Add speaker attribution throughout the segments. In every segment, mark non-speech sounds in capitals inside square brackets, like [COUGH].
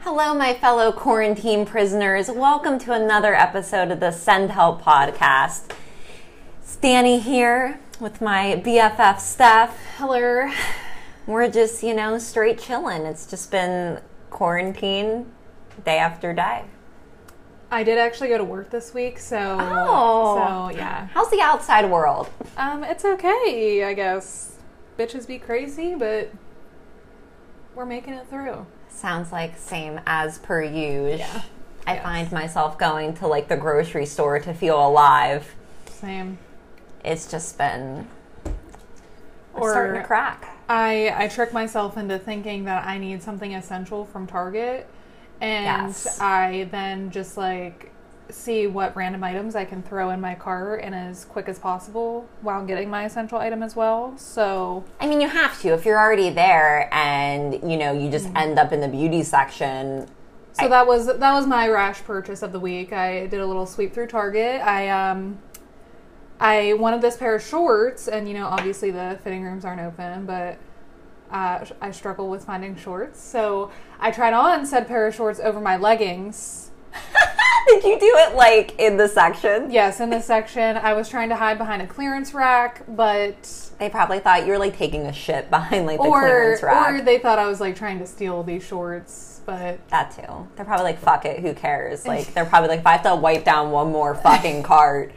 Speaker 1: Hello, my fellow quarantine prisoners. Welcome to another episode of the Send Help podcast. Stanny here with my BFF Steph.
Speaker 2: Hello.
Speaker 1: We're just, you know, straight chilling. It's just been quarantine day after day.
Speaker 2: I did actually go to work this week, so
Speaker 1: Oh.
Speaker 2: so yeah.
Speaker 1: How's the outside world?
Speaker 2: Um, it's okay, I guess. Bitches be crazy, but we're making it through.
Speaker 1: Sounds like same as per usual.
Speaker 2: Yeah.
Speaker 1: I
Speaker 2: Yes.
Speaker 1: find myself going to like the grocery store to feel alive.
Speaker 2: Same.
Speaker 1: It's just been
Speaker 2: Or-
Speaker 1: starting to crack.
Speaker 2: I I trick myself into thinking that I need something essential from Target, and
Speaker 1: Yes.
Speaker 2: I then just like see what random items I can throw in my cart and as quick as possible while getting my essential item as well. So
Speaker 1: I mean, you have to if you're already there, and you know you
Speaker 2: Mm-hmm.
Speaker 1: just end up in the beauty section. [LAUGHS]
Speaker 2: So that was that was my rash purchase of the week. I did a little sweep through Target. I um I wanted this pair of shorts and you know obviously the fitting rooms aren't open, but uh, sh- I struggle with finding shorts. So I tried on said pair of shorts over my leggings.
Speaker 1: Did you do it like in the section?
Speaker 2: Yes, in this section I was trying to hide behind a clearance rack, but
Speaker 1: They probably thought you were like taking a shit [LAUGHS] behind like the
Speaker 2: or
Speaker 1: clearance rack.
Speaker 2: or they thought I was like trying to steal these shorts, but
Speaker 1: that too. They're probably like, fuck it, who cares? Like they're probably like, if I have to wipe down one
Speaker 2: [LAUGHS]
Speaker 1: more fucking cart,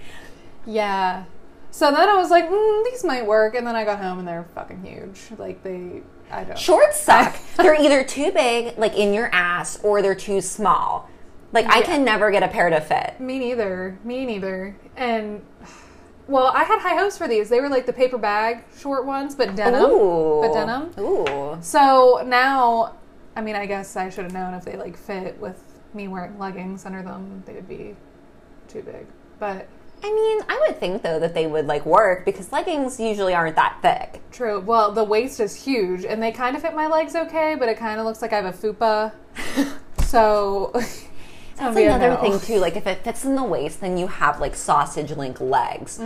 Speaker 2: Yeah. So then I was like, mm, these might work, and then I got home and they're fucking huge. Like they, I don't.
Speaker 1: shorts
Speaker 2: [LAUGHS]
Speaker 1: suck. they're either too big, like in your ass, or they're too small. Like I can never get a pair to fit.
Speaker 2: Me neither. Me neither. And [SIGHS] well, I had high hopes for these. They were like the paper bag short ones, but denim.
Speaker 1: Ooh,
Speaker 2: But denim.
Speaker 1: Ooh.
Speaker 2: So now, I mean, I guess I should have known if they like fit with me wearing leggings under them, they would be too big. But
Speaker 1: I mean, I would think though that they would like work because leggings usually aren't that thick.
Speaker 2: true. Well, the waist is huge, and they kind of fit my legs okay, but it kind of looks like I have
Speaker 1: [LAUGHS]
Speaker 2: a fupa. so. it's gonna [LAUGHS]
Speaker 1: That's
Speaker 2: be a
Speaker 1: another
Speaker 2: no.
Speaker 1: thing too. Like if it fits in the waist, then you have like sausage link legs.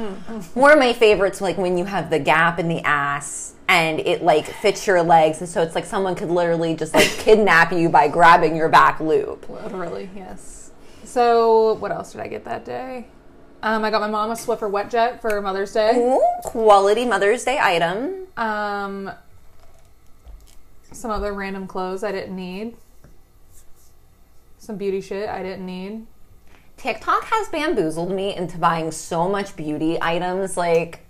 Speaker 1: One of my favorites, like when you have the gap in the ass and it like fits your legs, and so it's like someone could literally just like kidnap you by grabbing your back loop.
Speaker 2: Literally, yes. So, what else did I get that day? Um, I got my mom a Swiffer wet jet for Mother's Day.
Speaker 1: Ooh, quality Mother's Day item.
Speaker 2: Um, some other random clothes I didn't need. Some beauty shit I didn't need.
Speaker 1: TikTok has bamboozled me into buying so much beauty items. Like,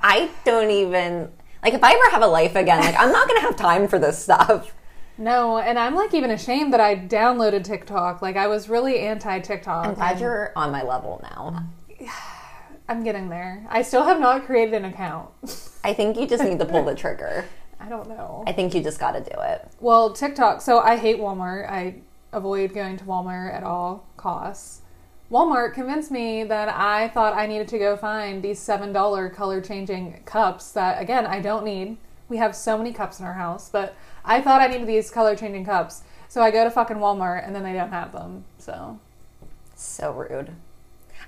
Speaker 1: I don't even like if I ever have a life again. Like, I'm not gonna have time for this stuff.
Speaker 2: No, and I'm like even ashamed that I downloaded TikTok. Like I was really anti TikTok.
Speaker 1: I'm glad you're on my level now.
Speaker 2: I'm getting there. I still have not created an account. [LAUGHS]
Speaker 1: I think you just need to pull the trigger.
Speaker 2: I don't know.
Speaker 1: I think you just got to do it.
Speaker 2: Well, TikTok. So I hate Walmart. I avoid going to Walmart at all costs. Walmart convinced me that I thought I needed to go find these $7 color changing cups that, again, I don't need. We have so many cups in our house, but I thought I needed these color changing cups. So I go to fucking Walmart and then they don't have them. So
Speaker 1: So rude.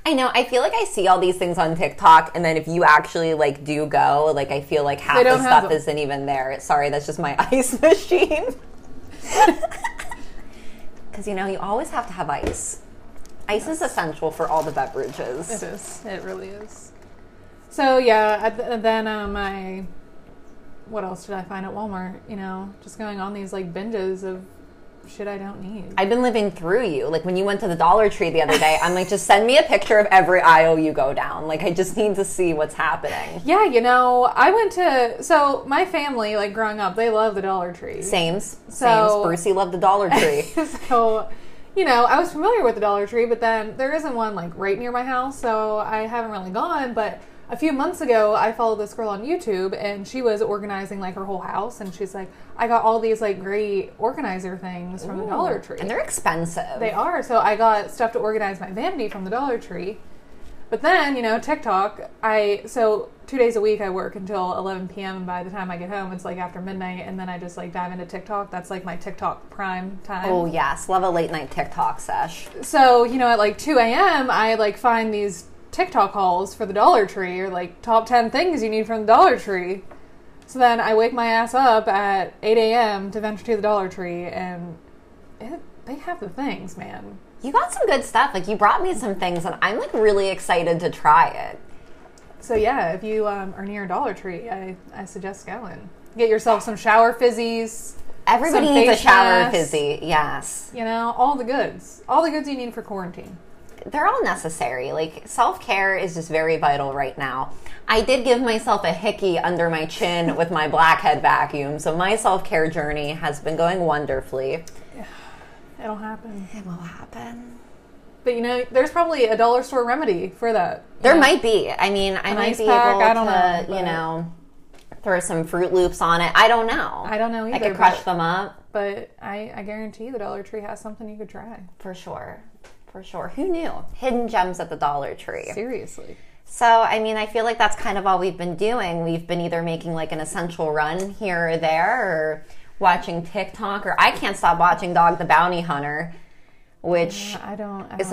Speaker 1: I know. I feel like I see all these things on TikTok, and then if you actually like do go, like I feel like half
Speaker 2: They
Speaker 1: the
Speaker 2: don't have
Speaker 1: stuff
Speaker 2: them.
Speaker 1: isn't even there. Sorry, that's just my [LAUGHS] ice
Speaker 2: [LAUGHS]
Speaker 1: machine. Because you know you always have to have ice. Ice is essential for all the
Speaker 2: it
Speaker 1: beverages.
Speaker 2: is. It really is. So yeah, I th- then um, I. What else did I find at Walmart? You know, just going on these like binges of shit I don't need.
Speaker 1: I've been living through you. Like when you went to the Dollar Tree the other day, I'm like, just send me a picture of every aisle you go down. Like I just need to see what's happening.
Speaker 2: Yeah, you know, I went to so my family, like growing up, they love the Dollar Tree.
Speaker 1: Sames,
Speaker 2: So-
Speaker 1: sames. Brucey loved the
Speaker 2: [LAUGHS]
Speaker 1: Dollar Tree.
Speaker 2: so, you know, I was familiar with the Dollar Tree, but then there isn't one like right near my house, so I haven't really gone. But a few months ago, I followed this girl on YouTube, and she was organizing like her whole house, and she's like, I got all these like great organizer things from the Dollar Tree.
Speaker 1: And they're expensive.
Speaker 2: They are. So I got stuff to organize my vanity from the Dollar Tree. But then, you know, TikTok, I so two days a week I work until 11 p.m. and by the time I get home it's like after midnight and then I just like dive into TikTok. That's like my TikTok prime time.
Speaker 1: Oh yes, love a late night TikTok sesh.
Speaker 2: So, you know, at like 2 a.m. I like find these TikTok hauls for the Dollar Tree or like top 10 things you need from the Dollar Tree. So then I wake my ass up at 8 a.m. to venture to the Dollar Tree and it they have the things, man.
Speaker 1: You got some good stuff. Like you brought me some things, and I'm like really excited to try it.
Speaker 2: So yeah, if you um, are near a Dollar Tree, I, I suggest going. Get yourself some shower fizzies.
Speaker 1: Everybody
Speaker 2: Some
Speaker 1: needs a
Speaker 2: face
Speaker 1: shower
Speaker 2: masks.
Speaker 1: fizzy. Yes,
Speaker 2: You know, all the goods, all the goods you need for quarantine.
Speaker 1: they're all necessary. Like self care is just very vital right now. I did give myself a hickey under my
Speaker 2: [LAUGHS]
Speaker 1: chin with my blackhead vacuum, so my self care journey has been going wonderfully.
Speaker 2: It'll happen.
Speaker 1: It will happen.
Speaker 2: But you know, there's probably a dollar store remedy for that.
Speaker 1: There might be. I mean, I might
Speaker 2: ice
Speaker 1: be
Speaker 2: pack?
Speaker 1: able
Speaker 2: I don't
Speaker 1: to,
Speaker 2: know,
Speaker 1: you
Speaker 2: but-
Speaker 1: know, throw some Fruit Loops on it. I don't know.
Speaker 2: I don't know
Speaker 1: I
Speaker 2: either.
Speaker 1: could crush
Speaker 2: but,
Speaker 1: them up.
Speaker 2: but I, I guarantee the Dollar Tree has something you could try.
Speaker 1: For sure. For sure. Who knew? Hidden gems at the Dollar Tree.
Speaker 2: Seriously.
Speaker 1: So, I mean, I feel like that's kind of all we've been doing. We've been either making like an essential run here or there or watching TikTok or I can't stop watching Dog the Bounty Hunter, which
Speaker 2: I don't. I don't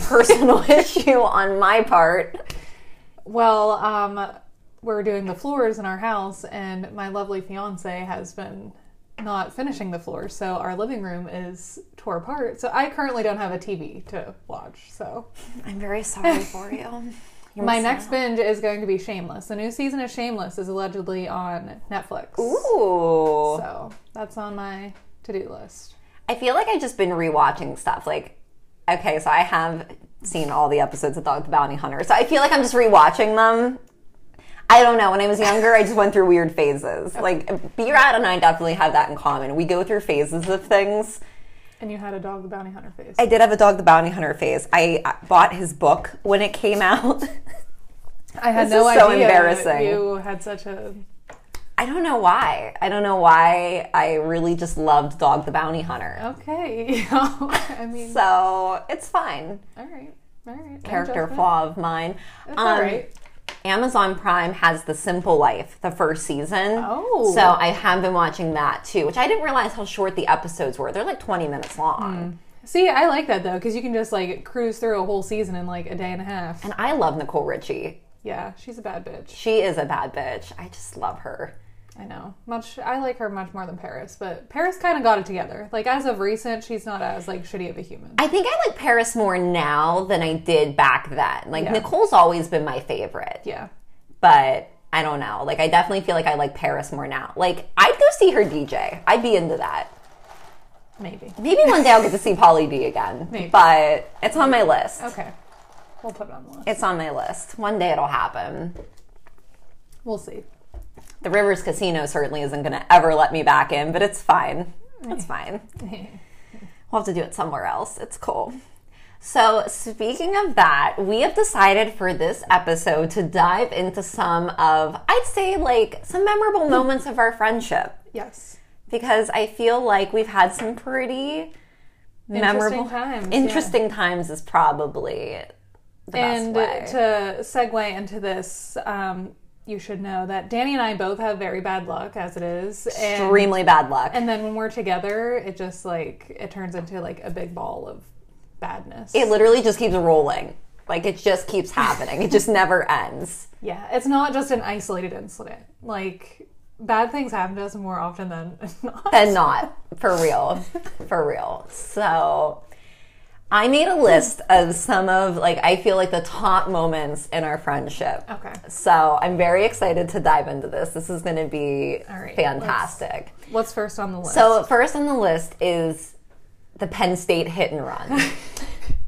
Speaker 1: [LAUGHS] personal [LAUGHS] issue on my part.
Speaker 2: Well, um, we're doing the floors in our house, and my lovely fiance has been not finishing the floor, so our living room is tore apart. So I currently don't have a TV to watch. So
Speaker 1: I'm very sorry for you. You're
Speaker 2: my
Speaker 1: missing
Speaker 2: next binge is going to be Shameless. The new season of Shameless is allegedly on
Speaker 1: [LAUGHS]
Speaker 2: Netflix.
Speaker 1: Ooh.
Speaker 2: So that's on my to-do list.
Speaker 1: I feel like I've just been rewatching stuff. Like, okay, so I have seen all the episodes of Dog the Bounty Hunter, so I feel like I'm just rewatching them. I don't know. When I was younger, I just went through weird phases. Like, B Rad and I definitely have that in common. We go through phases of things.
Speaker 2: And you had a dog the bounty hunter face.
Speaker 1: I did have a Dog the Bounty Hunter phase. I uh, bought his book when it came out. [LAUGHS]
Speaker 2: I had
Speaker 1: This
Speaker 2: no
Speaker 1: is so
Speaker 2: idea
Speaker 1: embarrassing.
Speaker 2: you had such a
Speaker 1: I don't know why. I don't know why I really just loved Dog the Bounty Hunter.
Speaker 2: okay. [LAUGHS] I mean,
Speaker 1: So it's fine.
Speaker 2: all right, all right. no
Speaker 1: Character
Speaker 2: judgment.
Speaker 1: flaw of mine. Um,
Speaker 2: That's all right.
Speaker 1: Amazon Prime has The Simple Life, the first season.
Speaker 2: Oh.
Speaker 1: So I have been watching that too, which I didn't realize how short the episodes were. They're like 20 minutes
Speaker 2: Mm.
Speaker 1: long.
Speaker 2: See, I like that though, because you can just like cruise through a whole season in like a day and a half.
Speaker 1: And I love Nicole Richie.
Speaker 2: Yeah, she's a bad bitch.
Speaker 1: She is a bad bitch. I just love her.
Speaker 2: I know. Much I like her much more than Paris, but Paris kind of got it together. Like as of recent, she's not as like shitty of a human.
Speaker 1: I think I like Paris more now than I did back then. Like,
Speaker 2: Yeah.
Speaker 1: Nicole's always been my favorite,
Speaker 2: Yeah.
Speaker 1: but I don't know. Like, I definitely feel like I like Paris more now. Like, I'd go see her DJ, I'd be into that.
Speaker 2: Maybe.
Speaker 1: Maybe one day I'll get to see Polly D again,
Speaker 2: Maybe.
Speaker 1: but it's on my list.
Speaker 2: Okay. We'll put it on the list.
Speaker 1: It's on my list. One day it'll happen.
Speaker 2: We'll see. [LAUGHS]
Speaker 1: The Rivers Casino certainly isn't going to ever let me back in, but it's fine.
Speaker 2: Mm.
Speaker 1: It's fine. We'll have to do it somewhere else. It's cool. So, speaking of that, we have decided for this episode to dive into some of, I'd say, like some memorable moments of our friendship
Speaker 2: yes.
Speaker 1: because I feel like we've had some pretty memorable
Speaker 2: times, yeah.
Speaker 1: Interesting times is probably the
Speaker 2: And
Speaker 1: best way.
Speaker 2: to segue into this, um, you should know that Danny and I both have very bad luck as it is. And
Speaker 1: Extremely bad luck.
Speaker 2: And then when we're together, it just like it turns into like a big ball of badness.
Speaker 1: it literally just keeps rolling. Like it just keeps happening. It just never ends.
Speaker 2: yeah, it's not just an isolated incident. Like bad things happen to us more often than [LAUGHS] not.
Speaker 1: And not for real. For real. So I made a list of some of like I feel like the top moments in our friendship.
Speaker 2: Okay,
Speaker 1: So I'm very excited to dive into this. This is going to be
Speaker 2: All right,
Speaker 1: fantastic.
Speaker 2: what's first on the list?
Speaker 1: So first on the list is the Penn State hit and run.
Speaker 2: [LAUGHS]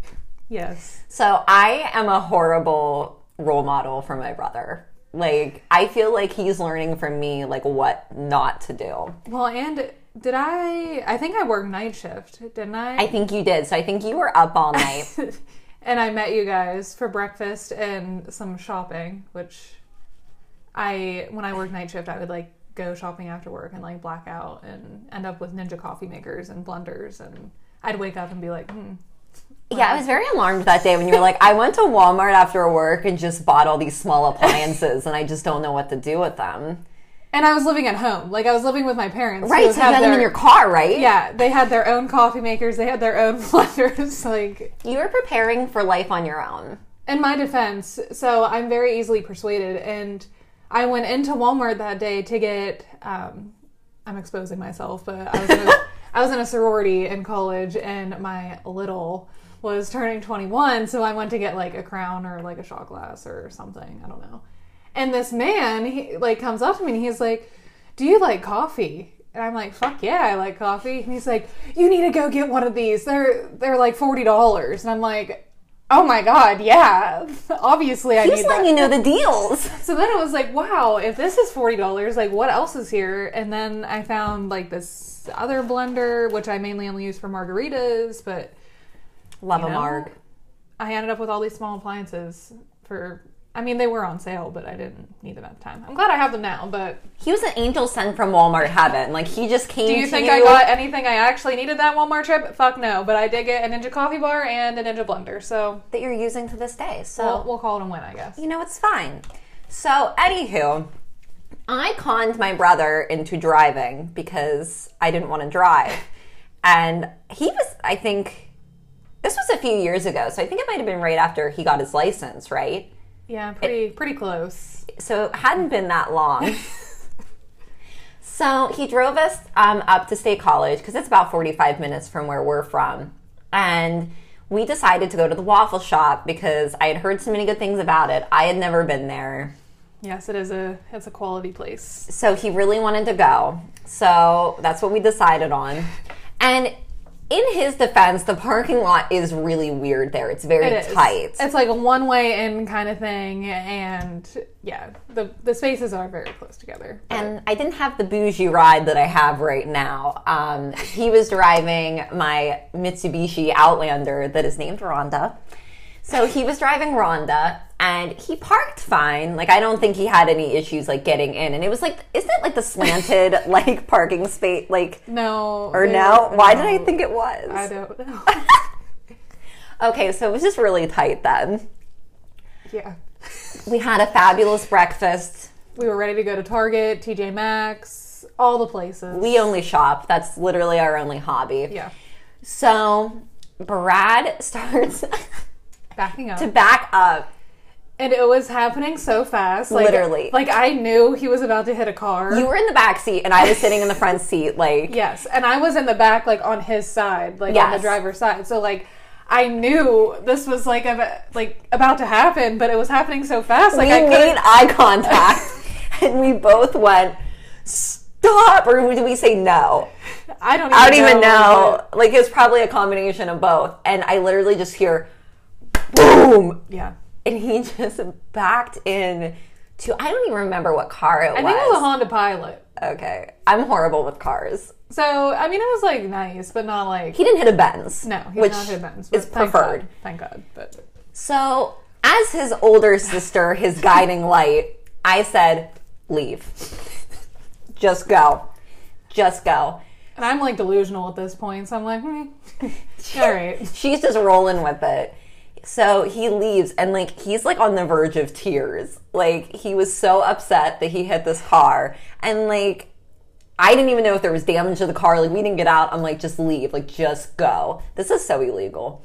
Speaker 2: yes,
Speaker 1: So I am a horrible role model for my brother. Like I feel like he's learning from me like what not to do.
Speaker 2: well, and did I? I think I worked night shift, didn't
Speaker 1: I
Speaker 2: I?
Speaker 1: think you did. So I think you were up all night.
Speaker 2: [LAUGHS] and I met you guys for breakfast and some shopping, which I when I worked night shift, I would like go shopping after work and like black out and end up with ninja coffee makers and blenders and I'd wake up and be like, hmm,
Speaker 1: yeah, I was very alarmed that day when you were like, I went to Walmart after work and just bought all these small appliances and I just don't know what to do with them.
Speaker 2: and I was living at home, like I was living with my parents,
Speaker 1: Right,
Speaker 2: who
Speaker 1: so you had them in your car, right?
Speaker 2: yeah, they had their own coffee makers, they had their own [LAUGHS] blenders, like.
Speaker 1: You were preparing for life on your own.
Speaker 2: In my defense, so I'm very easily persuaded, and I went into Walmart that day to get. Um, I'm exposing myself, but I was gonna, I was in a sorority in college, and my little was turning 21, so I went to get like a crown or like a shot glass or something. I don't know. And this man, he like comes up to me and he's like, "Do you like coffee?" And I'm like, "Fuck yeah, I like coffee." And he's like, "You need to go get one of these. They're they're like forty dollars." And I'm like, "Oh my god, yeah, [LAUGHS] obviously I
Speaker 1: He's
Speaker 2: need that."
Speaker 1: letting you know the
Speaker 2: [LAUGHS]
Speaker 1: deals.
Speaker 2: So then it was like, wow, if this is forty dollars, like what else is here? And then I found like this other blender, which I mainly only use for margaritas, but
Speaker 1: Love
Speaker 2: you
Speaker 1: a
Speaker 2: know,
Speaker 1: marg.
Speaker 2: I ended up with all these small appliances for. I mean, they were on sale, but I didn't need them at the time. I'm glad I have them now. But
Speaker 1: He was an angel sent from Walmart heaven. Like he just came.
Speaker 2: do you
Speaker 1: to
Speaker 2: think I got anything I actually needed that Walmart trip? Fuck no. But I did get a Ninja coffee bar and a Ninja blender, so
Speaker 1: that you're using to this day? So
Speaker 2: we'll, we'll call it a win, I guess.
Speaker 1: you know it's fine. So anywho, I conned my brother into driving because I didn't want to drive, and he was. I think this was a few years ago, so I think it might have been right after he got his license, right?
Speaker 2: Yeah, pretty pretty close.
Speaker 1: so it hadn't been that
Speaker 2: [LAUGHS]
Speaker 1: long. so he drove us um, up to State College because it's about 45 minutes from where we're from. And we decided to go to the waffle shop because I had heard so many good things about it. I had never been there.
Speaker 2: Yes, it is a it's a quality place.
Speaker 1: So he really wanted to go. So that's what we decided on. And in his defense, the parking lot is really weird there. It's very
Speaker 2: It is.
Speaker 1: tight.
Speaker 2: It's like a one way in kind of thing, and yeah, the the spaces are very close together.
Speaker 1: And I didn't have the bougie ride that I have right now. Um, he was driving my Mitsubishi Outlander that is named Rhonda. So he was driving Rhonda and he parked fine. Like I don't think he had any issues like getting in. And it was like isn't it like the slanted [LAUGHS] like parking space like
Speaker 2: No,
Speaker 1: or no? Why did I think it was?
Speaker 2: I don't [LAUGHS] know.
Speaker 1: [LAUGHS] okay, so it was just really tight then.
Speaker 2: yeah,
Speaker 1: We had a fabulous breakfast.
Speaker 2: we were ready to go to Target, TJ Maxx, all the places.
Speaker 1: We only shop. That's literally our only hobby.
Speaker 2: yeah,
Speaker 1: So Brad [LAUGHS] starts
Speaker 2: backing up,
Speaker 1: to back up.
Speaker 2: and it was happening so fast, like,
Speaker 1: Literally.
Speaker 2: Like I knew he was about to hit a car.
Speaker 1: You were in the back seat and I was sitting in the front seat, like
Speaker 2: Yes, and I was in the back, like on his side, like on the
Speaker 1: Yes.
Speaker 2: driver's side. So like, I knew this was like a, like about to happen, but it was happening so fast. Like
Speaker 1: we
Speaker 2: I couldn't.
Speaker 1: made eye contact [LAUGHS] and we both went, Stop or did we say no?
Speaker 2: I don't. Even
Speaker 1: I don't even
Speaker 2: know.
Speaker 1: know. Like it was probably a combination of both. And I literally just hear boom
Speaker 2: but- Yeah,
Speaker 1: and he [LAUGHS] just backed in to I don't even remember what car it
Speaker 2: I
Speaker 1: was.
Speaker 2: think it was a Honda Pilot.
Speaker 1: okay. I'm horrible with cars.
Speaker 2: So I mean, it was like nice, but not like
Speaker 1: He didn't hit a Benz.
Speaker 2: no. He's
Speaker 1: which
Speaker 2: not hit Benz.
Speaker 1: is
Speaker 2: but thank
Speaker 1: preferred.
Speaker 2: God, Thank God. But
Speaker 1: So, as his older sister, his guiding light, I said, leave. Just go. Just go.
Speaker 2: and I'm like delusional at this point, so I'm
Speaker 1: [LAUGHS]
Speaker 2: like, hmm. all right.
Speaker 1: She's just rolling with it. So he leaves and like he's like on the verge of tears. Like he was so upset that he hit this car and like I didn't even know if there was damage to the car. Like we didn't get out. I'm like just leave. Like just go. This is so illegal.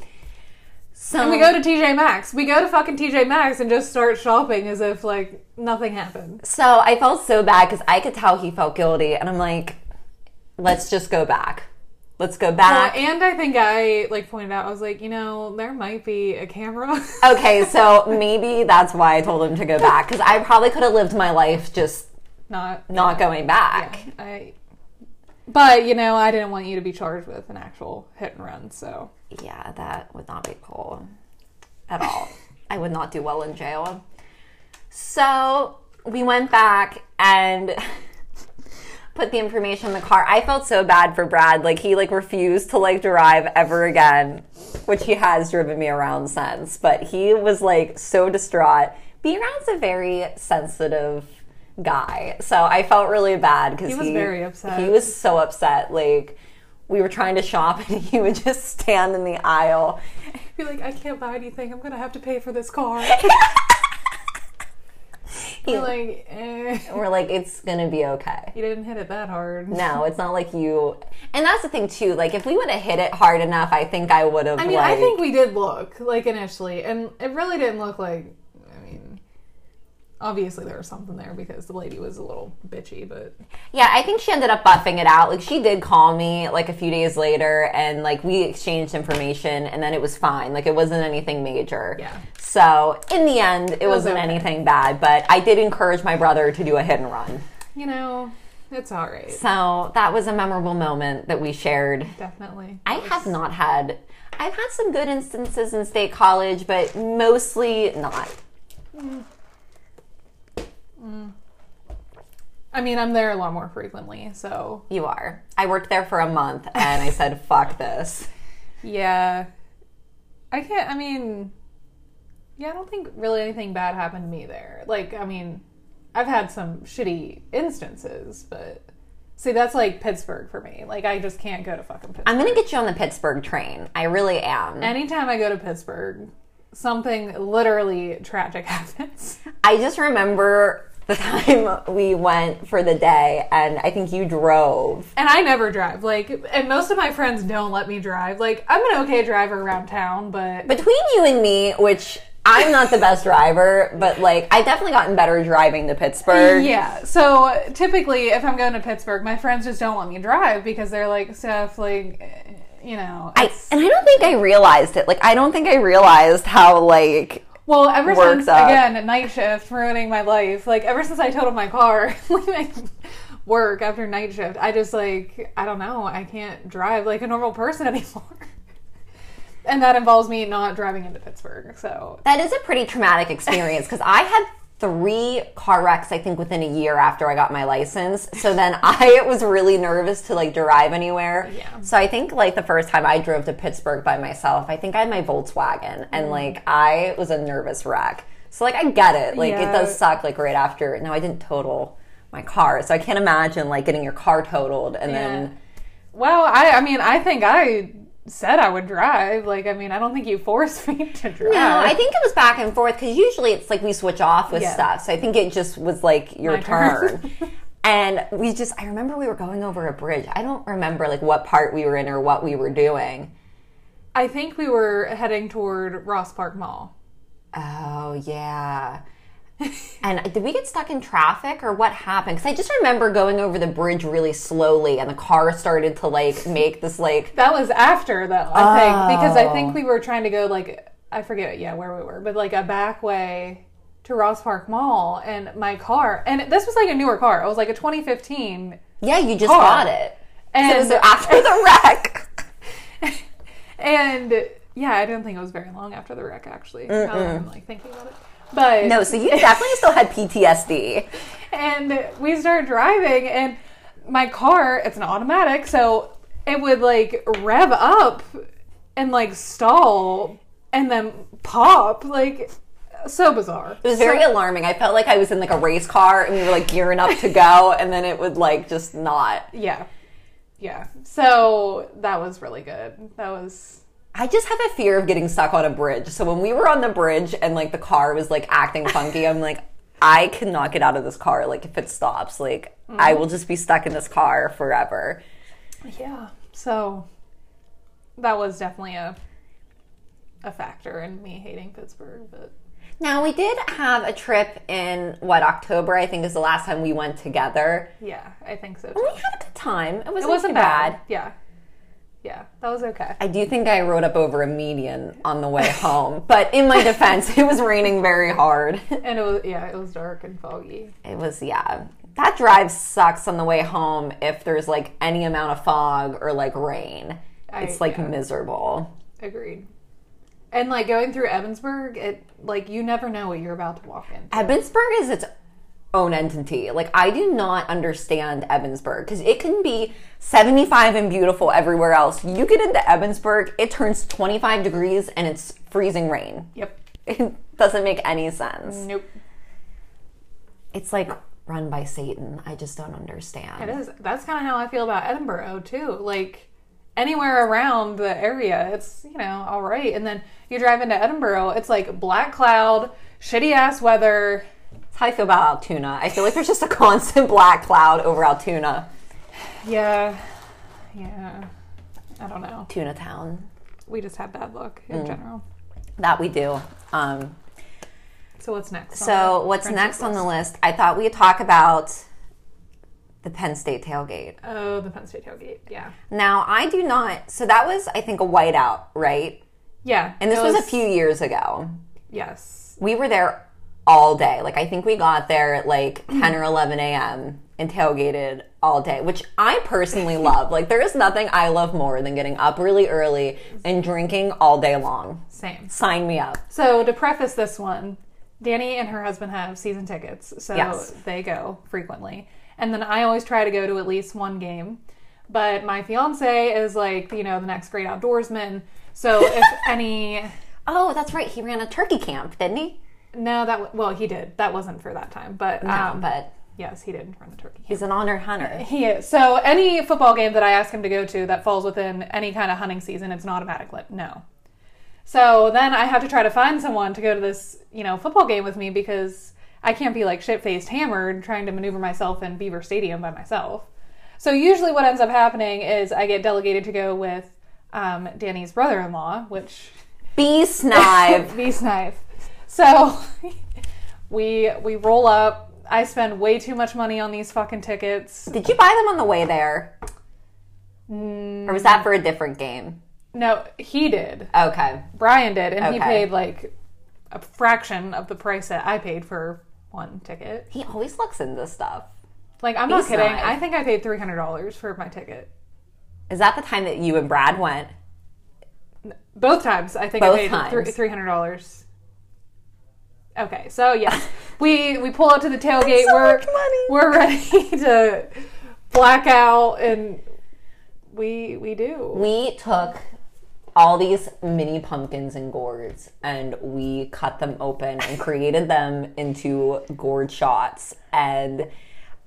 Speaker 1: So
Speaker 2: And we go to TJ Maxx. We go to fucking TJ Maxx and just start shopping as if like nothing happened.
Speaker 1: So I felt so bad because I could tell he felt guilty, and I'm like, let's just go back. Let's go
Speaker 2: Uh,
Speaker 1: back.
Speaker 2: and I think I like pointed out, I was like, you know, there might be a camera. [LAUGHS]
Speaker 1: Okay, so maybe that's why I told him to go back because I probably could have lived my life just
Speaker 2: Not,
Speaker 1: not going back.
Speaker 2: I. But you know, I didn't want you to be charged with an actual hit and run. So
Speaker 1: Yeah, that would not be cool at all. I would not do well in jail. So we went back and [LAUGHS] put the information in the car. I felt so bad for Brad. Like he like refused to like drive ever again, which he has driven me around since. But he was like so distraught. B Round's a very sensitive guy. So I felt really bad because he
Speaker 2: was very upset.
Speaker 1: He was so upset. Like we were trying to shop [LAUGHS] and he would just stand in the aisle.
Speaker 2: be like, I can't buy anything. I'm gonna have to pay for this car.
Speaker 1: He-
Speaker 2: You're like, eh.
Speaker 1: we're like, it's gonna be okay.
Speaker 2: you didn't hit it that hard.
Speaker 1: No, it's not like you. And that's the thing too. Like if we would have hit it hard enough, I think I would have.
Speaker 2: I mean,
Speaker 1: like,
Speaker 2: I think we did look like initially, and it really didn't look like. I mean, obviously there was something there because the lady was a little bitchy, but
Speaker 1: Yeah, I think she ended up buffing it out. Like she did call me like a few days later and like we exchanged information and then it was fine. Like it wasn't anything major.
Speaker 2: Yeah.
Speaker 1: So in the end it,
Speaker 2: was
Speaker 1: wasn't
Speaker 2: okay.
Speaker 1: anything bad, but I did encourage my brother to do a hit and run.
Speaker 2: you know, it's all right.
Speaker 1: So that was a memorable moment that we shared.
Speaker 2: Definitely.
Speaker 1: I have not had I've had some good instances in state college, but mostly not.
Speaker 2: I mean, I'm there a lot more frequently, so
Speaker 1: You are. I worked there for a month and I said, [LAUGHS] fuck this.
Speaker 2: yeah. I can't. I mean, yeah, I don't think really anything bad happened to me there. Like, I mean, I've had some shitty instances, but see, that's like Pittsburgh for me. Like, I just can't go to fucking Pittsburgh.
Speaker 1: I'm gonna get you on the Pittsburgh train. I really am.
Speaker 2: Anytime I go to Pittsburgh, something literally tragic [LAUGHS] happens.
Speaker 1: I just remember the [LAUGHS] time we went for the day, and I think you drove.
Speaker 2: And I never drive. Like, and most of my friends don't let me drive. Like, I'm an okay driver around town, but
Speaker 1: Between you and me, which I'm not the best driver, but like I've definitely gotten better driving to Pittsburgh.
Speaker 2: yeah. So typically, if I'm going to Pittsburgh, my friends just don't let me drive because they're like, Steph, like, eh, you know.
Speaker 1: I,
Speaker 2: it's-
Speaker 1: and I don't think I realized it. Like I don't think I realized how like
Speaker 2: well, ever
Speaker 1: Works
Speaker 2: since
Speaker 1: up.
Speaker 2: again night shift ruining my life. Like, ever since I totaled my car, [LAUGHS] like. Work after night shift. I just like I don't know. I can't drive like a normal person [LAUGHS] anymore, and that involves me not driving into Pittsburgh. So
Speaker 1: that is a pretty traumatic experience because I had three car wrecks I think within a year after I got my license. So then [LAUGHS] I was really nervous to like drive anywhere.
Speaker 2: Yeah.
Speaker 1: So I think like the first time I drove to Pittsburgh by myself, I think I had my Volkswagen
Speaker 2: Mm.
Speaker 1: and like I was a nervous wreck. So like I get it. Like
Speaker 2: Yeah.
Speaker 1: it does suck like right after. No, I didn't total my car. So I can't imagine like getting your car totaled and
Speaker 2: Yeah.
Speaker 1: then
Speaker 2: Well, I I mean, I think I said I would drive. Like, I mean, I don't think you forced [LAUGHS] me to drive.
Speaker 1: No, I think it was back and forth because usually it's like we switch off with
Speaker 2: Yeah.
Speaker 1: stuff. So I think it just was like your
Speaker 2: My turn.
Speaker 1: turn.
Speaker 2: [LAUGHS]
Speaker 1: and we just, I remember we were going over a bridge. I don't remember like what part we were in or what we were doing.
Speaker 2: I think we were heading toward Ross Park Mall.
Speaker 1: Oh,
Speaker 2: [LAUGHS]
Speaker 1: yeah. and did we get stuck in traffic or what happened? Because I just remember going over the bridge really slowly and the car started to like make this like
Speaker 2: That was after though, I think, because I think we
Speaker 1: Oh.
Speaker 2: were trying to go like I forget, yeah, where we were, but like a back way to Ross Park Mall, and my car, and this was like a newer car. It was like a 2015,
Speaker 1: yeah, you just
Speaker 2: Car.
Speaker 1: got it. So it
Speaker 2: and
Speaker 1: was after
Speaker 2: [LAUGHS]
Speaker 1: the wreck.
Speaker 2: and yeah, I don't think it was very long after the wreck actually. Now that I'm like thinking about it, but
Speaker 1: No, so you definitely still had PTSD.
Speaker 2: and we started driving and my car it's an automatic so it would like rev up and like stall and then pop like so bizarre
Speaker 1: It was very alarming. I felt like I was in like a race car and we were like gearing up to go and then it would like just not.
Speaker 2: yeah yeah so that was really good that was
Speaker 1: I just have a fear of getting stuck on a bridge. So when we were on the bridge and like the car was like acting funky, I'm like I cannot get out of this car like if it stops. Like I
Speaker 2: Mm-hmm.
Speaker 1: will just be stuck in this car forever.
Speaker 2: yeah so that was definitely a a factor in me hating pittsburgh but
Speaker 1: Now we did have a trip in what October I think is the last time we went together.
Speaker 2: yeah i think so too.
Speaker 1: We had a good time. It wasn't,
Speaker 2: it wasn't
Speaker 1: too
Speaker 2: bad.
Speaker 1: bad.
Speaker 2: yeah yeah that was okay
Speaker 1: I do think I rode up over a median on the way home, but in my defense, [LAUGHS] it was raining very hard. [LAUGHS]
Speaker 2: And it was yeah, it was dark and foggy.
Speaker 1: It was, yeah. That drive sucks on the way home if there's like any amount of fog or like rain.
Speaker 2: I-
Speaker 1: it's like
Speaker 2: yeah.
Speaker 1: miserable.
Speaker 2: Agreed. And like going through Evansburg, it like you never know what you're about to walk in.
Speaker 1: Evansburg is its own entity. Like, I do not understand Evansburg because it can be 75 and beautiful everywhere else. You get into Evansburg, it turns 25 degrees and it's freezing rain. [LAUGHS]
Speaker 2: Yep.
Speaker 1: It doesn't make any sense.
Speaker 2: Nope.
Speaker 1: It's like run by Satan. I just don't
Speaker 2: It
Speaker 1: understand.
Speaker 2: is. That's kind of how I feel about Edinburgh too. Like anywhere around the area, it's you know all right. And then you drive into Edinburgh, it's like black cloud, shitty ass weather.
Speaker 1: That's how I feel about Altoona. I feel like there's just a constant black cloud over Altoona.
Speaker 2: Yeah. Yeah. I don't know.
Speaker 1: Tuna Town. Mm.
Speaker 2: We just have bad luck in general.
Speaker 1: That we do. Um,
Speaker 2: So what's next? on
Speaker 1: So,
Speaker 2: the
Speaker 1: what's
Speaker 2: friendship
Speaker 1: next on the
Speaker 2: list?
Speaker 1: list? I thought we'd talk about the Penn State tailgate.
Speaker 2: Oh, the Penn State tailgate. Yeah.
Speaker 1: Now, I do not. So, that was, I think, a whiteout, right?
Speaker 2: Yeah.
Speaker 1: And this
Speaker 2: it
Speaker 1: was, a few years ago.
Speaker 2: Yes.
Speaker 1: We were there all day. Like, I think we got there at like 10 or 11 a.m. and tailgated all day, which I personally love. Like, there is nothing I love more than getting up really early and drinking all day long.
Speaker 2: Same.
Speaker 1: Sign me up.
Speaker 2: So to preface this one, Danny and her husband have season tickets, so
Speaker 1: Yes.
Speaker 2: they go frequently. And then I always try to go to at least one game. But my fiance is like, you know, the next great outdoorsman. So
Speaker 1: [LAUGHS]
Speaker 2: if any
Speaker 1: Oh, that's right. He ran a turkey camp, didn't he?
Speaker 2: No, that w- well, he did. That wasn't for that time, but um,
Speaker 1: but
Speaker 2: yes, he did run the turkey.
Speaker 1: he's an honor hunter.
Speaker 2: He is. So any football game that I ask him to go to that falls within any kind of hunting season, it's an automatic li- no. So then I have to try to find someone to go to this, you know, football game with me because I can't be like shit faced hammered trying to maneuver myself in Beaver Stadium by myself. So usually what ends up happening is I get delegated to go with um, Danny's brother in law, which
Speaker 1: Bee
Speaker 2: [LAUGHS]
Speaker 1: snipe.
Speaker 2: beast knife. So [LAUGHS] we we roll up. I spend way too much money on these fucking tickets.
Speaker 1: Did you buy them on the way there? Or was that for a different game?
Speaker 2: No, he did.
Speaker 1: Okay.
Speaker 2: Brian did, and he
Speaker 1: Okay.
Speaker 2: paid like a fraction of the price that I paid for one ticket.
Speaker 1: He always looks into stuff.
Speaker 2: Like I'm not
Speaker 1: Beast
Speaker 2: kidding.
Speaker 1: knife.
Speaker 2: I think I paid three hundred dollars for my ticket.
Speaker 1: Is that the time that you and Brad went?
Speaker 2: Both times, I think
Speaker 1: Both
Speaker 2: I paid
Speaker 1: times.
Speaker 2: three hundred dollars. Okay,
Speaker 1: [LAUGHS]
Speaker 2: so yes, we we pull up to the tailgate.
Speaker 1: So
Speaker 2: we're
Speaker 1: much money.
Speaker 2: we're ready [LAUGHS] to black out, and we we do.
Speaker 1: We took all these mini pumpkins and gourds and we cut them open and created them into gourd shots. And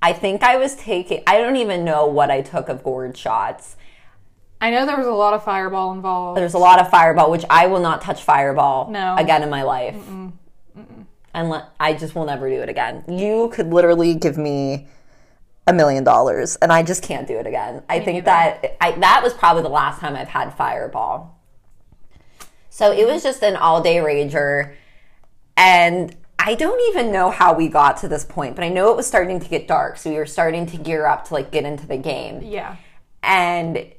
Speaker 1: I think I was taking, I don't even know what I took of gourd shots.
Speaker 2: I know there was a lot of fireball involved.
Speaker 1: There's a lot of fireball, which I will not touch fireball
Speaker 2: No.
Speaker 1: again in my life. Unless I just will never do it again. You could literally give me a million dollars, and I just can't do it again. I think that I, that was probably the last time I've had fireball. So it was just an all day rager, and I don't even know how we got to this point, but I know it was starting to get dark, so we were starting to gear up to like get into the game
Speaker 2: Yeah,
Speaker 1: and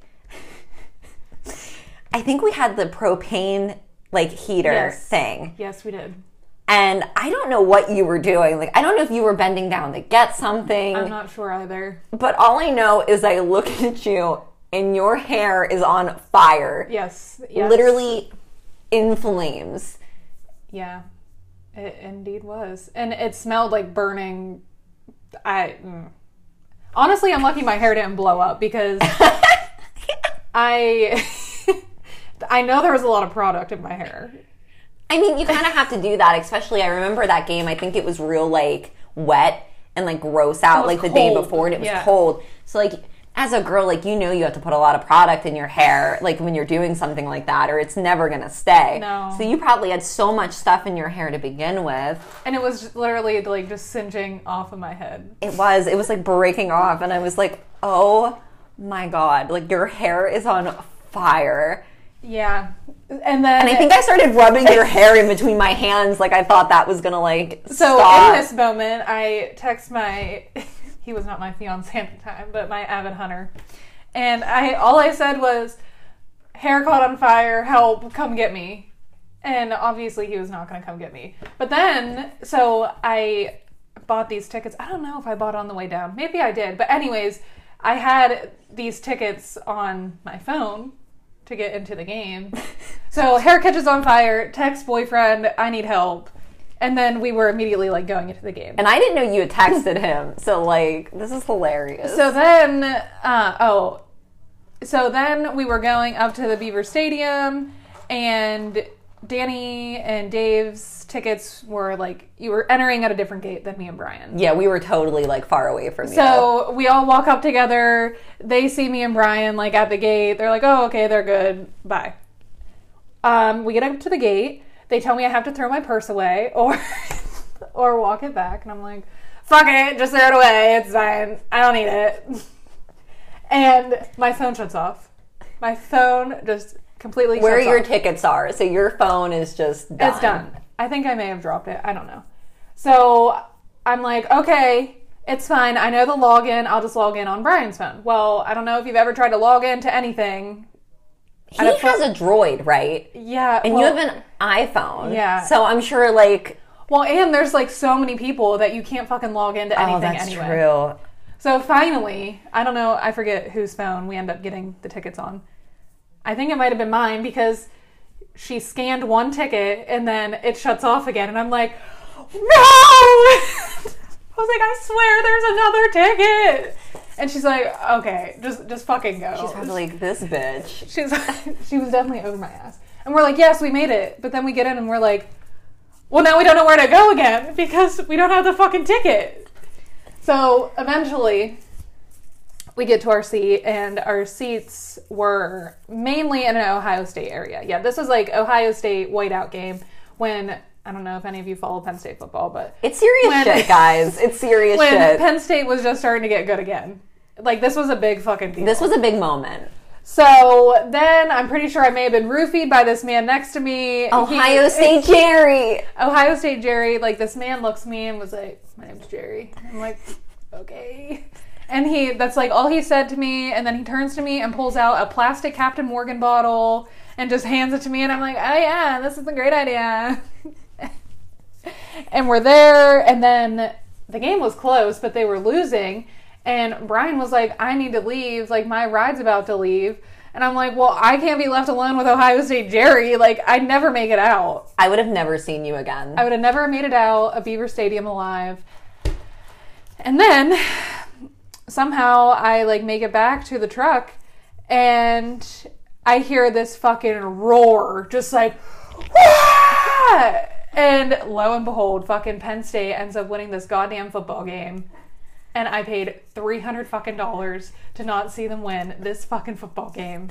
Speaker 1: I think we had the propane like heater
Speaker 2: Yes.
Speaker 1: thing.
Speaker 2: yes, we did.
Speaker 1: And I don't know what you were doing. Like I don't know if you were bending down to get something,
Speaker 2: I'm not sure either.
Speaker 1: but all I know is I look [LAUGHS] at you and your hair is on fire.
Speaker 2: Yes, yes.
Speaker 1: Literally in flames.
Speaker 2: Yeah, it indeed was, and it smelled like burning. I mm. honestly, I'm lucky my hair didn't blow
Speaker 1: [LAUGHS]
Speaker 2: up because I [LAUGHS] I know there was a lot of product in my hair.
Speaker 1: I mean, you kind of have to do that, especially I remember that game. I think it was real like wet and like gross out
Speaker 2: was
Speaker 1: like the day
Speaker 2: cold.
Speaker 1: before and it was
Speaker 2: Yeah.
Speaker 1: cold. So like as a girl, like you know you have to put a lot of product in your hair like when you're doing something like that or it's never going to stay.
Speaker 2: No.
Speaker 1: So you probably had so much stuff in your hair to begin with.
Speaker 2: And it was literally like just singeing off of my head.
Speaker 1: It was it was like breaking off and I was like, "Oh my god, like your hair is on fire."
Speaker 2: Yeah. And then
Speaker 1: And I think I started rubbing your hair in between my hands like I thought that was going to like
Speaker 2: so
Speaker 1: stop.
Speaker 2: in this moment I text my [LAUGHS] he was not my fiance at the time, but my avid hunter. And I all I said was hair caught on fire, help, come get me. And obviously he was not going to come get me. But then so I bought these tickets. I don't know if I bought on the way down. Maybe I did. But anyways, I had these tickets on my phone to get into the game. So hair catches on fire, text boyfriend, I need help. And then we were immediately like going into the game.
Speaker 1: And I didn't know you had texted him. So like, this is hilarious.
Speaker 2: So then, uh, oh, so then we were going up to the Beaver Stadium, and Danny and Dave's tickets were like you were entering at a different gate than me and Brian.
Speaker 1: yeah, we were totally like far away from you.
Speaker 2: So we all walk up together. They see me and Brian like at the gate. They're like, "Oh, okay, they're good. Bye." Um, we get up to the gate. They tell me I have to throw my purse away [LAUGHS] or or walk it back, and I'm like, "Fuck it, just throw it away. It's fine. I don't need it." [LAUGHS] And my phone shuts off. My phone just completely
Speaker 1: where
Speaker 2: shuts
Speaker 1: your
Speaker 2: off.
Speaker 1: tickets are. So your phone is just done.
Speaker 2: it's done. I think I may have dropped it. I don't know. So I'm like, okay, it's fine. I know the login. I'll just log in on Brian's phone. Well, I don't know if you've ever tried to log in to anything.
Speaker 1: He
Speaker 2: a
Speaker 1: has a droid, right?
Speaker 2: Yeah.
Speaker 1: And
Speaker 2: well,
Speaker 1: you have an iPhone.
Speaker 2: Yeah.
Speaker 1: So I'm sure, like,
Speaker 2: Well, and there's like so many people that you can't fucking log into anything
Speaker 1: oh, that's
Speaker 2: anyway.
Speaker 1: true.
Speaker 2: So finally, I don't know, I forget whose phone we end up getting the tickets on. I think it might have been mine because she scanned one ticket and then it shuts off again and I'm like, "No!" [LAUGHS] I was like, "I swear there's another ticket." And she's like, "Okay, just just fucking go."
Speaker 1: She's probably like, this bitch.
Speaker 2: She's [LAUGHS] she was definitely over my ass. And we're like, yes, we made it. But then we get in and we're like, well, now we don't know where to go again because we don't have the fucking ticket. So eventually, we get to our seat, and our seats were mainly in an Ohio State area. Yeah, this was like Ohio State whiteout game when I don't know if any of you follow Penn State football, but
Speaker 1: It's serious
Speaker 2: When-
Speaker 1: shit, guys. It's serious
Speaker 2: when
Speaker 1: shit.
Speaker 2: Penn State was just starting to get good again. Like this was a big fucking deal.
Speaker 1: this was a big moment.
Speaker 2: So then I'm pretty sure I may have been roofied by this man next to me.
Speaker 1: Ohio
Speaker 2: He-
Speaker 1: State Jerry.
Speaker 2: Ohio State Jerry. Like this man looks me and was like, "My name's Jerry." I'm like, "Okay." And he that's like all he said to me and then he turns to me and pulls out a plastic Captain Morgan bottle and just hands it to me and I'm like, "Oh yeah, this is a great idea." [LAUGHS] and we're there and then the game was close but they were losing and brian was like i need to leave like my ride's about to leave and i'm like well i can't be left alone with ohio state jerry like i'd never make it out
Speaker 1: I would have never seen you again.
Speaker 2: i would have never made it out of beaver stadium alive and then somehow i like make it back to the truck and i hear this fucking roar just like "Wah!" and lo and behold fucking penn state ends up winning this goddamn football game and i paid 300 fucking dollars to not see them win this fucking football game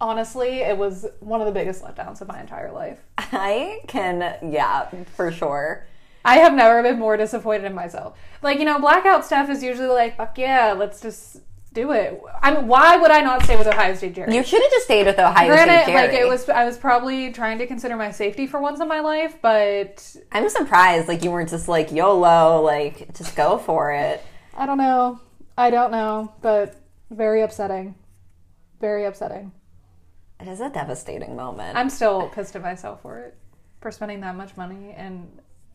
Speaker 2: honestly it was one of the biggest letdowns of my entire life
Speaker 1: [LAUGHS] I can, yeah, for sure.
Speaker 2: I have never been more disappointed in myself. Like, you know, blackout stuff is usually like, fuck yeah, let's just do it. I mean, why would I not stay with Ohio State
Speaker 1: [LAUGHS]
Speaker 2: Jerry?
Speaker 1: You should have just stayed with Ohio State
Speaker 2: Granted,
Speaker 1: Jerry.
Speaker 2: like it was, I was probably trying to consider my safety for once in my life, but
Speaker 1: I'm surprised, like you weren't just like YOLO, like just go for it.
Speaker 2: I don't know. I don't know, but very upsetting. Very upsetting.
Speaker 1: It is a devastating moment.
Speaker 2: I'm still pissed at myself for it, for spending that much money and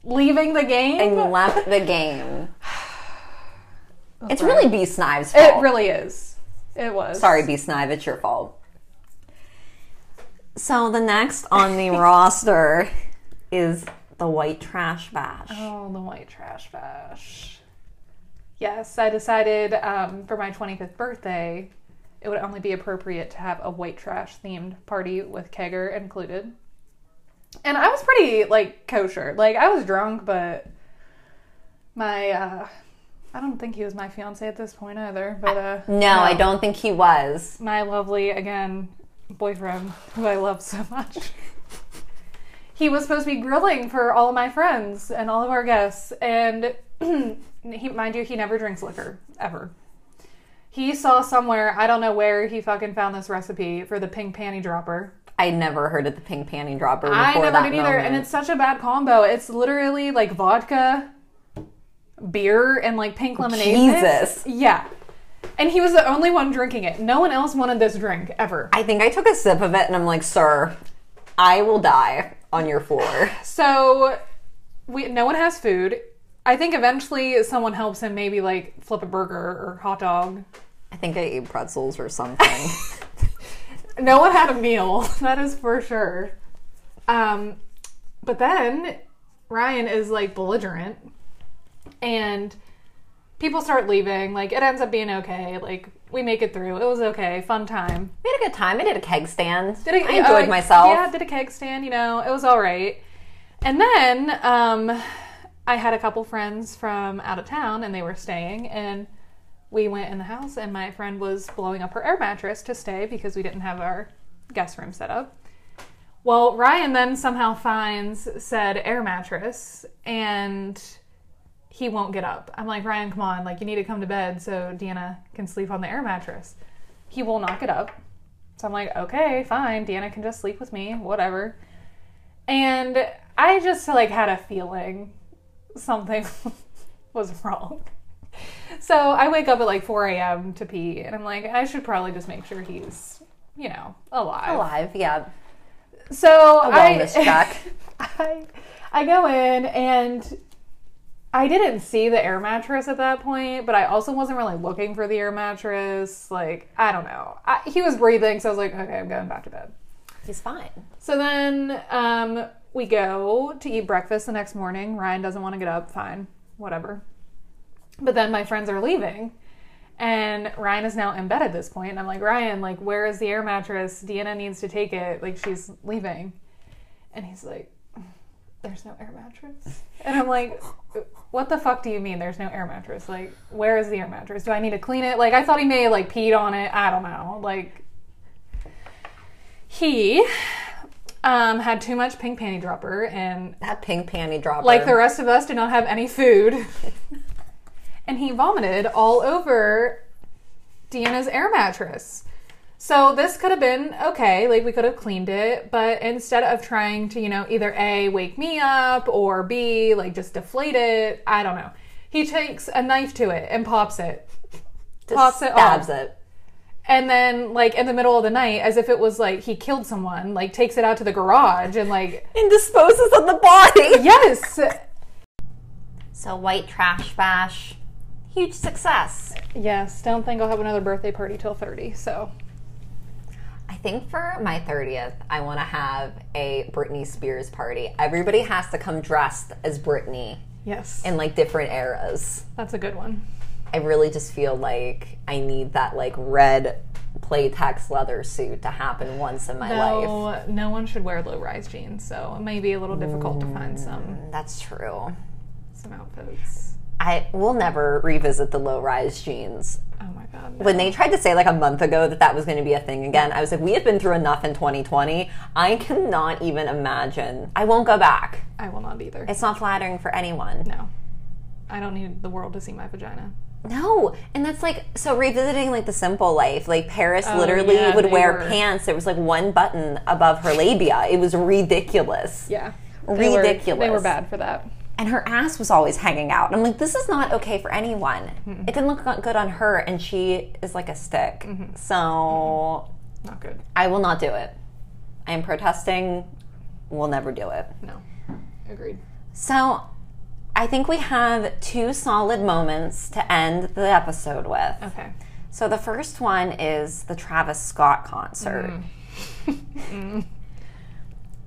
Speaker 2: leaving the game.
Speaker 1: and you left the
Speaker 2: [SIGHS]
Speaker 1: game. It's
Speaker 2: right.
Speaker 1: really B Snive's fault.
Speaker 2: it really is. It was.
Speaker 1: Sorry, B Snive, it's your fault. So the next on
Speaker 2: [LAUGHS]
Speaker 1: the roster is the White Trash Bash.
Speaker 2: Oh, the white trash bash. Yes, I decided um, for my 25th birthday, it would only be appropriate to have a white trash themed party with kegger included. And I was pretty like kosher. Like I was drunk, but my uh, I don't think he was my fiance at this point either. But uh,
Speaker 1: No, I don't think he was.
Speaker 2: my lovely again boyfriend who I love so much. he was supposed to be grilling for all of my friends and all of our guests, and [CLEARS THROAT] he, mind you, he never drinks liquor ever. He saw somewhere, I don't know where, he fucking found this recipe for the pink panty dropper.
Speaker 1: I never heard of the pink panty dropper before
Speaker 2: I never
Speaker 1: that
Speaker 2: did either,
Speaker 1: moment.
Speaker 2: and it's such a bad combo. It's literally like vodka, beer, and like pink lemonade.
Speaker 1: Jesus.
Speaker 2: mix. yeah. And he was the only one drinking it. No one else wanted this drink ever.
Speaker 1: I think I took a sip of it and I'm like, sir, I will die on your
Speaker 2: [SIGHS]
Speaker 1: floor. [LAUGHS]
Speaker 2: So we no one has food. I think eventually someone helps him maybe like flip a burger or hot dog.
Speaker 1: I think I ate pretzels or something.
Speaker 2: No one had a meal, [LAUGHS] that is for sure. Um but then Ryan is like belligerent and people start leaving. Like it ends up being okay. Like we make it through. It was okay. Fun time.
Speaker 1: we had a good time. I did a keg stand.
Speaker 2: Did a-
Speaker 1: I enjoyed
Speaker 2: uh,
Speaker 1: myself.
Speaker 2: Yeah, did a keg stand. You know, it was all right. And then um, I had a couple friends from out of town, and they were staying. And we went in the house, and my friend was blowing up her air mattress to stay because we didn't have our guest room set up. Well, Ryan then somehow finds said air mattress, and he won't get up. I'm like, Ryan, come on, like you need to come to bed so Deanna can sleep on the air mattress. He will not get up. So I'm like, okay, fine. Deanna can just sleep with me, whatever. And I just like had a feeling something [LAUGHS] was wrong. So I wake up at like 4 a.m. to pee, and I'm like, I should probably just make sure he's, you know, alive.
Speaker 1: Alive, yeah.
Speaker 2: So
Speaker 1: A
Speaker 2: I, [LAUGHS]
Speaker 1: wellness check.
Speaker 2: I, I go in and I didn't see the air mattress at that point, but I also wasn't really looking for the air mattress. Like, I don't know. I, he was breathing, so I was like, okay, I'm going back to bed.
Speaker 1: He's fine.
Speaker 2: So then um, we go to eat breakfast the next morning. Ryan doesn't want to get up. Fine, whatever. But then my friends are leaving, and Ryan is now in bed at this point. And I'm like, Ryan, like, where is the air mattress? Deanna needs to take it. Like, she's leaving. And he's like, there's no air mattress. And I'm like, what the fuck do you mean there's no air mattress? Like, where is the air mattress? Do I need to clean it? Like, I thought he may have, like, peed on it. I don't know. Like, he um, had too much pink panty dropper and
Speaker 1: That pink panty dropper.
Speaker 2: like the rest of us did not have any food and he vomited all over deanna's air mattress so this could have been okay like we could have cleaned it but instead of trying to you know either a wake me up or b like just deflate it i don't know he takes a knife to it and pops it
Speaker 1: Just
Speaker 2: pops it
Speaker 1: stabs
Speaker 2: off.
Speaker 1: it.
Speaker 2: and then like in the middle of the night as if it was like he killed someone like takes it out to the garage and like
Speaker 1: And disposes of the body. [LAUGHS]
Speaker 2: yes
Speaker 1: So white trash bash. Huge success.
Speaker 2: Yes, don't think I'll have another birthday party till 30. So,
Speaker 1: I think for my 30th, I want to have a Britney Spears party. Everybody has to come dressed as Britney
Speaker 2: yes.
Speaker 1: in like different eras.
Speaker 2: that's a good one.
Speaker 1: I really just feel like I need that like red playtex leather suit to happen once in my life.
Speaker 2: No, no one should wear low-rise jeans, so it may be a little difficult to find some
Speaker 1: That's true.
Speaker 2: some outfits.
Speaker 1: I will never revisit the low rise jeans.
Speaker 2: Oh my god. no.
Speaker 1: When they tried to say like a month ago that that was going to be a thing again, I was like, we have been through enough in 2020. I cannot even imagine. I won't go back.
Speaker 2: I will not either.
Speaker 1: It's not flattering for anyone.
Speaker 2: No. I don't need the world to see my vagina.
Speaker 1: No, and that's like so revisiting like the simple life. Like Paris literally
Speaker 2: Oh, yeah,
Speaker 1: would
Speaker 2: they
Speaker 1: wear
Speaker 2: were-
Speaker 1: pants. There was like one button above her labia. It was ridiculous,
Speaker 2: Yeah.
Speaker 1: Ridiculous.
Speaker 2: they were bad for that.
Speaker 1: and her ass was always hanging out. I'm like, this is not okay for anyone. It didn't look good on her, and she is like a stick. So
Speaker 2: Not good.
Speaker 1: I will not do it. I am protesting. We'll never do it.
Speaker 2: No. Agreed.
Speaker 1: So I think we have two solid moments to end the episode with.
Speaker 2: Okay.
Speaker 1: So the first one is the Travis Scott concert.
Speaker 2: Mm.
Speaker 1: [LAUGHS]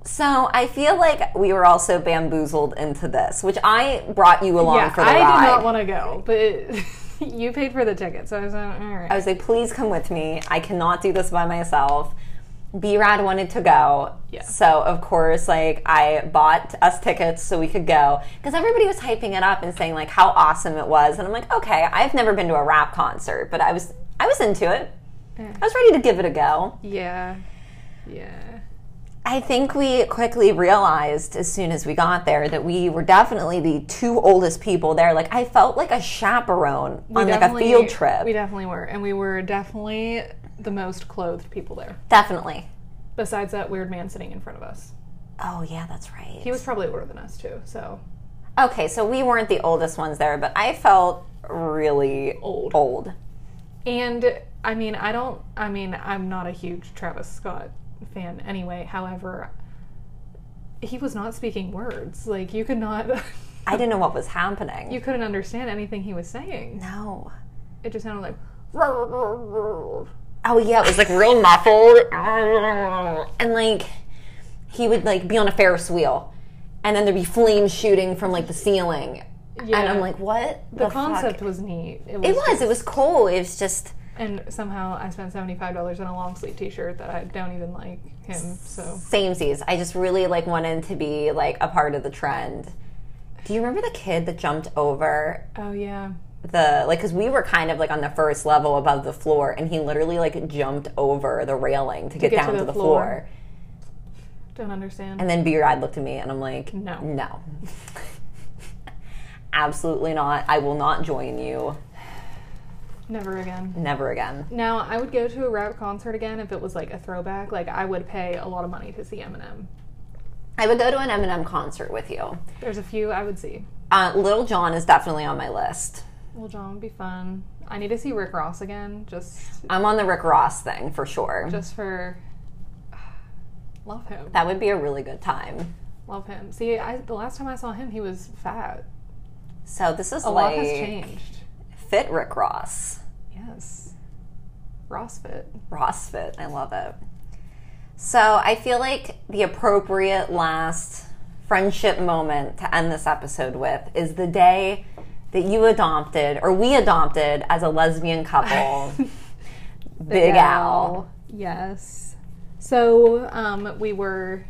Speaker 1: so I feel like we were also bamboozled into this, which I brought you along
Speaker 2: Yeah,
Speaker 1: for the
Speaker 2: I
Speaker 1: ride.
Speaker 2: did not want to go, but [LAUGHS] you paid for the ticket, so I was like, all right.
Speaker 1: I was like, please come with me. I cannot do this by myself. B Rad wanted to go.
Speaker 2: Yeah.
Speaker 1: So, of course, like, I bought us tickets so we could go. Because everybody was hyping it up and saying, like, how awesome it was. And I'm like, okay, I've never been to a rap concert, but I was, I was into it.
Speaker 2: Yeah.
Speaker 1: I was ready to give it a go.
Speaker 2: yeah. Yeah.
Speaker 1: I think we quickly realized as soon as we got there that we were definitely the two oldest people there. Like I felt like a chaperone on like a
Speaker 2: definitely-
Speaker 1: field trip.
Speaker 2: We definitely were, and we were definitely the most clothed people there.
Speaker 1: definitely.
Speaker 2: Besides that weird man sitting in front of us,
Speaker 1: Oh yeah, that's right.
Speaker 2: he was probably older than us too. So
Speaker 1: okay, so we weren't the oldest ones there, but I felt really
Speaker 2: Old.
Speaker 1: Old.
Speaker 2: And I mean, I don't. I mean, I'm not a huge Travis Scott fan anyway. However, he was not speaking words. Like you could not, [LAUGHS]
Speaker 1: I didn't know what was happening.
Speaker 2: you couldn't understand anything he was saying. [LAUGHS]
Speaker 1: no.
Speaker 2: It just sounded like.
Speaker 1: Oh yeah, it was like real muffled, and like he would like be on a Ferris wheel, and then there'd be flames shooting from like the ceiling,
Speaker 2: Yeah.
Speaker 1: and I'm like, what
Speaker 2: The,
Speaker 1: fuck?
Speaker 2: concept was neat. It was,
Speaker 1: It was. It was cool. It was just
Speaker 2: and somehow I spent seventy five dollars on a long sleeve T shirt that I don't even like him. So
Speaker 1: samesies. I just really like wanted to be like a part of the trend. Do you remember the kid that jumped over
Speaker 2: oh yeah,
Speaker 1: the like? Because we were kind of like on the first level above the floor, and he literally like jumped over the railing to get,
Speaker 2: get
Speaker 1: down to the, floor.
Speaker 2: don't understand.
Speaker 1: And Mm. then B Rad looked at me, and I'm like,
Speaker 2: No.
Speaker 1: no, [LAUGHS] absolutely not. I will not join you.
Speaker 2: Never again.
Speaker 1: Never again.
Speaker 2: Now, I would go to a rap concert again if it was like a throwback. Like, I would pay a lot of money to see Eminem.
Speaker 1: I would go to an Eminem concert with you.
Speaker 2: There's a few I would see.
Speaker 1: Uh, Little John is definitely on my list.
Speaker 2: Well, John would be fun. I need to see Rick Ross again, just
Speaker 1: I'm on the Rick Ross thing for sure.
Speaker 2: just for [SIGHS] love him,
Speaker 1: That would be a really good time.
Speaker 2: love him. See, I, the last time I saw him, he was fat.
Speaker 1: So this is
Speaker 2: A lot has
Speaker 1: like
Speaker 2: changed.
Speaker 1: fit Rick Ross,
Speaker 2: Yes, Ross fit.
Speaker 1: Ross fit. I love it. So I feel like the appropriate last friendship moment to end this episode with is the day that you adopted or we adopted as a lesbian
Speaker 2: [LAUGHS]
Speaker 1: couple. Big Al.
Speaker 2: Yes. So um, we were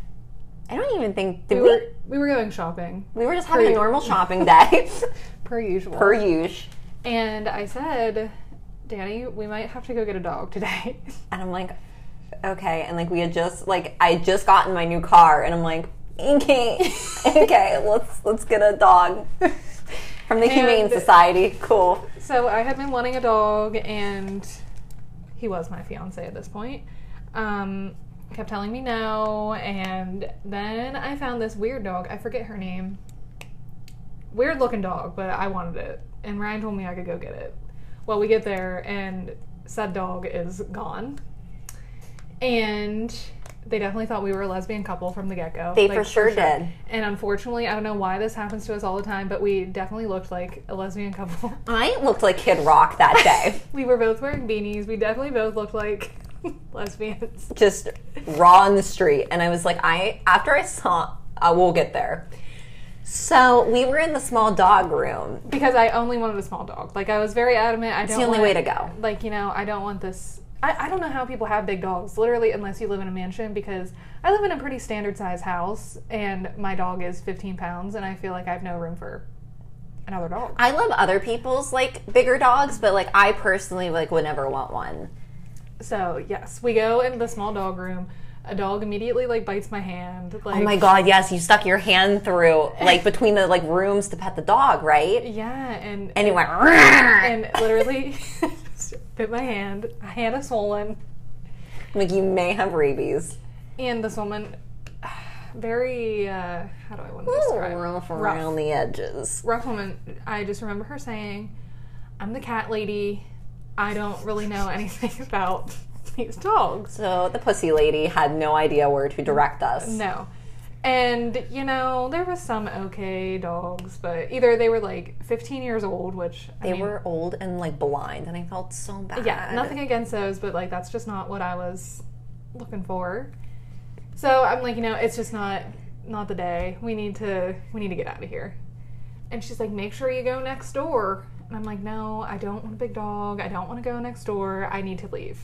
Speaker 1: I don't even think did
Speaker 2: we
Speaker 1: we
Speaker 2: were we were going shopping
Speaker 1: we were just having a
Speaker 2: Per-
Speaker 1: normal shopping day [LAUGHS]
Speaker 2: per usual.
Speaker 1: per usual.
Speaker 2: and I said, Danny, we might have to go get a dog today. [LAUGHS]
Speaker 1: And I'm like, okay. And like we had just like I had just gotten my new car, and I'm like, [LAUGHS] okay, okay, let's let's get a dog from the Humane
Speaker 2: And-
Speaker 1: Society. Cool.
Speaker 2: so I had been wanting a dog, and he was my fiance at this point. Um, kept telling me no, and then I found this weird dog. I forget her name. Weird looking dog, but I wanted it, and Ryan told me I could go get it. Well, we get there, and said dog is gone, and they definitely thought we were a lesbian couple from the get go.
Speaker 1: They for sure did.
Speaker 2: And unfortunately, I don't know why this happens to us all the time, but we definitely looked like a lesbian couple. [LAUGHS]
Speaker 1: I looked like Kid Rock that [LAUGHS] day,
Speaker 2: We were both wearing beanies. We definitely both looked like [LAUGHS] lesbians.
Speaker 1: just raw in the street. And I was like, I after I saw, I will get there. So we were in the small dog room.
Speaker 2: Because I only wanted a small dog. Like I was very adamant. I don't.
Speaker 1: the only
Speaker 2: want-
Speaker 1: way to go.
Speaker 2: Like you know, I don't want this. I, I don't know how people have big dogs, literally, unless you live in a mansion. Because I live in a pretty standard size house, and my dog is 15 pounds, and I feel like I have no room for another dog.
Speaker 1: I love other people's like bigger dogs, but like I personally like would never want one.
Speaker 2: So yes, we go into the small dog room. A dog immediately like bites my hand. Like
Speaker 1: Oh my god, yes, you stuck your hand through like between the like rooms to pet the dog, right?
Speaker 2: yeah, and
Speaker 1: And it went "Rrrr." [LAUGHS]
Speaker 2: and literally [LAUGHS] bit my hand. My hand is swollen.
Speaker 1: like you may have rabies.
Speaker 2: And this woman, [SIGHS] very, uh, how do I want to describe
Speaker 1: Rough around the edges.
Speaker 2: Rough woman. I just remember her saying, I'm the cat lady. I don't really know anything [LAUGHS] about these dogs.
Speaker 1: So the pussy lady had no idea where to direct us.
Speaker 2: No. And, you know, there was some okay dogs, but either they were like 15 years old, which I
Speaker 1: They
Speaker 2: mean,
Speaker 1: were old and like blind and I felt so bad.
Speaker 2: Yeah, nothing against those, but like that's just not what I was looking for. So I'm like, you know, it's just not not the day. We need to we need to get out of here. And she's like, make sure you go next door. And I'm like, no, I don't want a big dog. I don't want to go next door. I need to leave.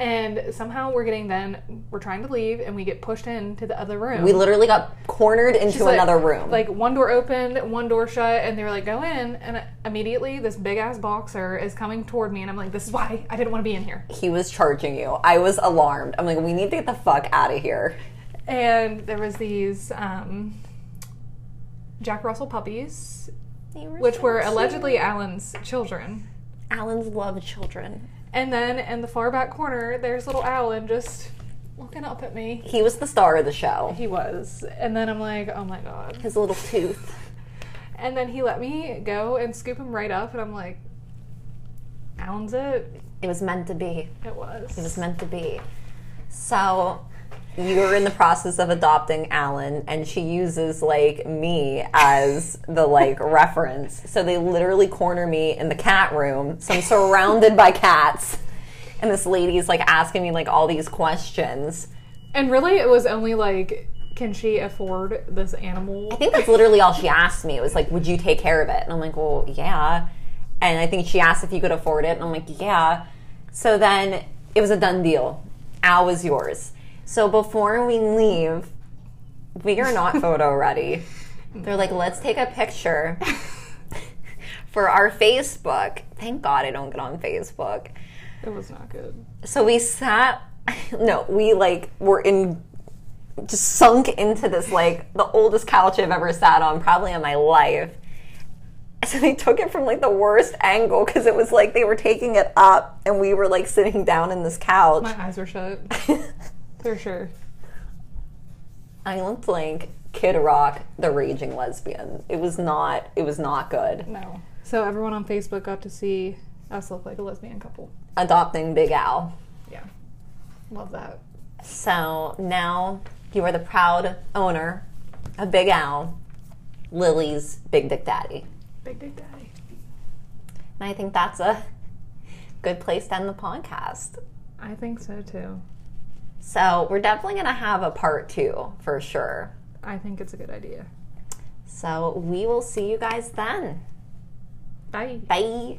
Speaker 2: And somehow we're getting then we're trying to leave and we get pushed into the other room.
Speaker 1: We literally got cornered into
Speaker 2: She's like-
Speaker 1: another room.
Speaker 2: Like one door opened, one door shut, and they were like, "Go in." And uh, immediately, this big ass boxer is coming toward me, and I'm like, "This is why I didn't want to be in here."
Speaker 1: he was charging you. I was alarmed. I'm like, we need to get the fuck out of here.
Speaker 2: And there was these um, Jack Russell puppies,
Speaker 1: They
Speaker 2: which
Speaker 1: so
Speaker 2: were
Speaker 1: cute.
Speaker 2: allegedly Alan's children.
Speaker 1: Alan's love children.
Speaker 2: And then in the far back corner, there's little Alan just looking up at me.
Speaker 1: He was the star of the show.
Speaker 2: He was, and then I'm like, "Oh my god."
Speaker 1: His little tooth.
Speaker 2: And then he let me go and scoop him right up, and I'm like, "Alan's it."
Speaker 1: It was meant to be.
Speaker 2: It was.
Speaker 1: It was meant to be. So you're in the process of adopting Alan, and she uses like me as the like [LAUGHS] reference. So they literally corner me in the cat room. So I'm surrounded by cats, and this lady's like asking me like all these questions.
Speaker 2: And really, it was only like, can she afford this animal?
Speaker 1: I think that's literally all she asked me. It was like, would you take care of it? And I'm like, well, yeah. And I think she asked if you could afford it. And I'm like, yeah. So then it was a done deal. Al was yours. So before we leave, we are not photo ready. They're like, let's take a picture for our Facebook. Thank God I don't get on Facebook.
Speaker 2: It was not good.
Speaker 1: So we sat, [LAUGHS] no, we like were in, just sunk into this like the oldest couch I've ever sat on, probably in my life. [LAUGHS] So they took it from like the worst angle because it was like they were taking it up and we were like sitting down in this couch.
Speaker 2: My eyes were shut, for sure.
Speaker 1: [LAUGHS] Island Blank, Kid Rock, The Raging Lesbian. It was not. It was not good.
Speaker 2: No. So everyone on Facebook got to see us look like a lesbian couple.
Speaker 1: Adopting Big Al.
Speaker 2: Yeah. Love that.
Speaker 1: So now you are the proud owner of Big Al, Lily's Big Dick Daddy.
Speaker 2: Big Big Daddy.
Speaker 1: And I think that's a good place to end the podcast.
Speaker 2: I think so too.
Speaker 1: So we're definitely going to have a part two for sure.
Speaker 2: I think it's a good idea.
Speaker 1: So we will see you guys then.
Speaker 2: Bye.
Speaker 1: Bye.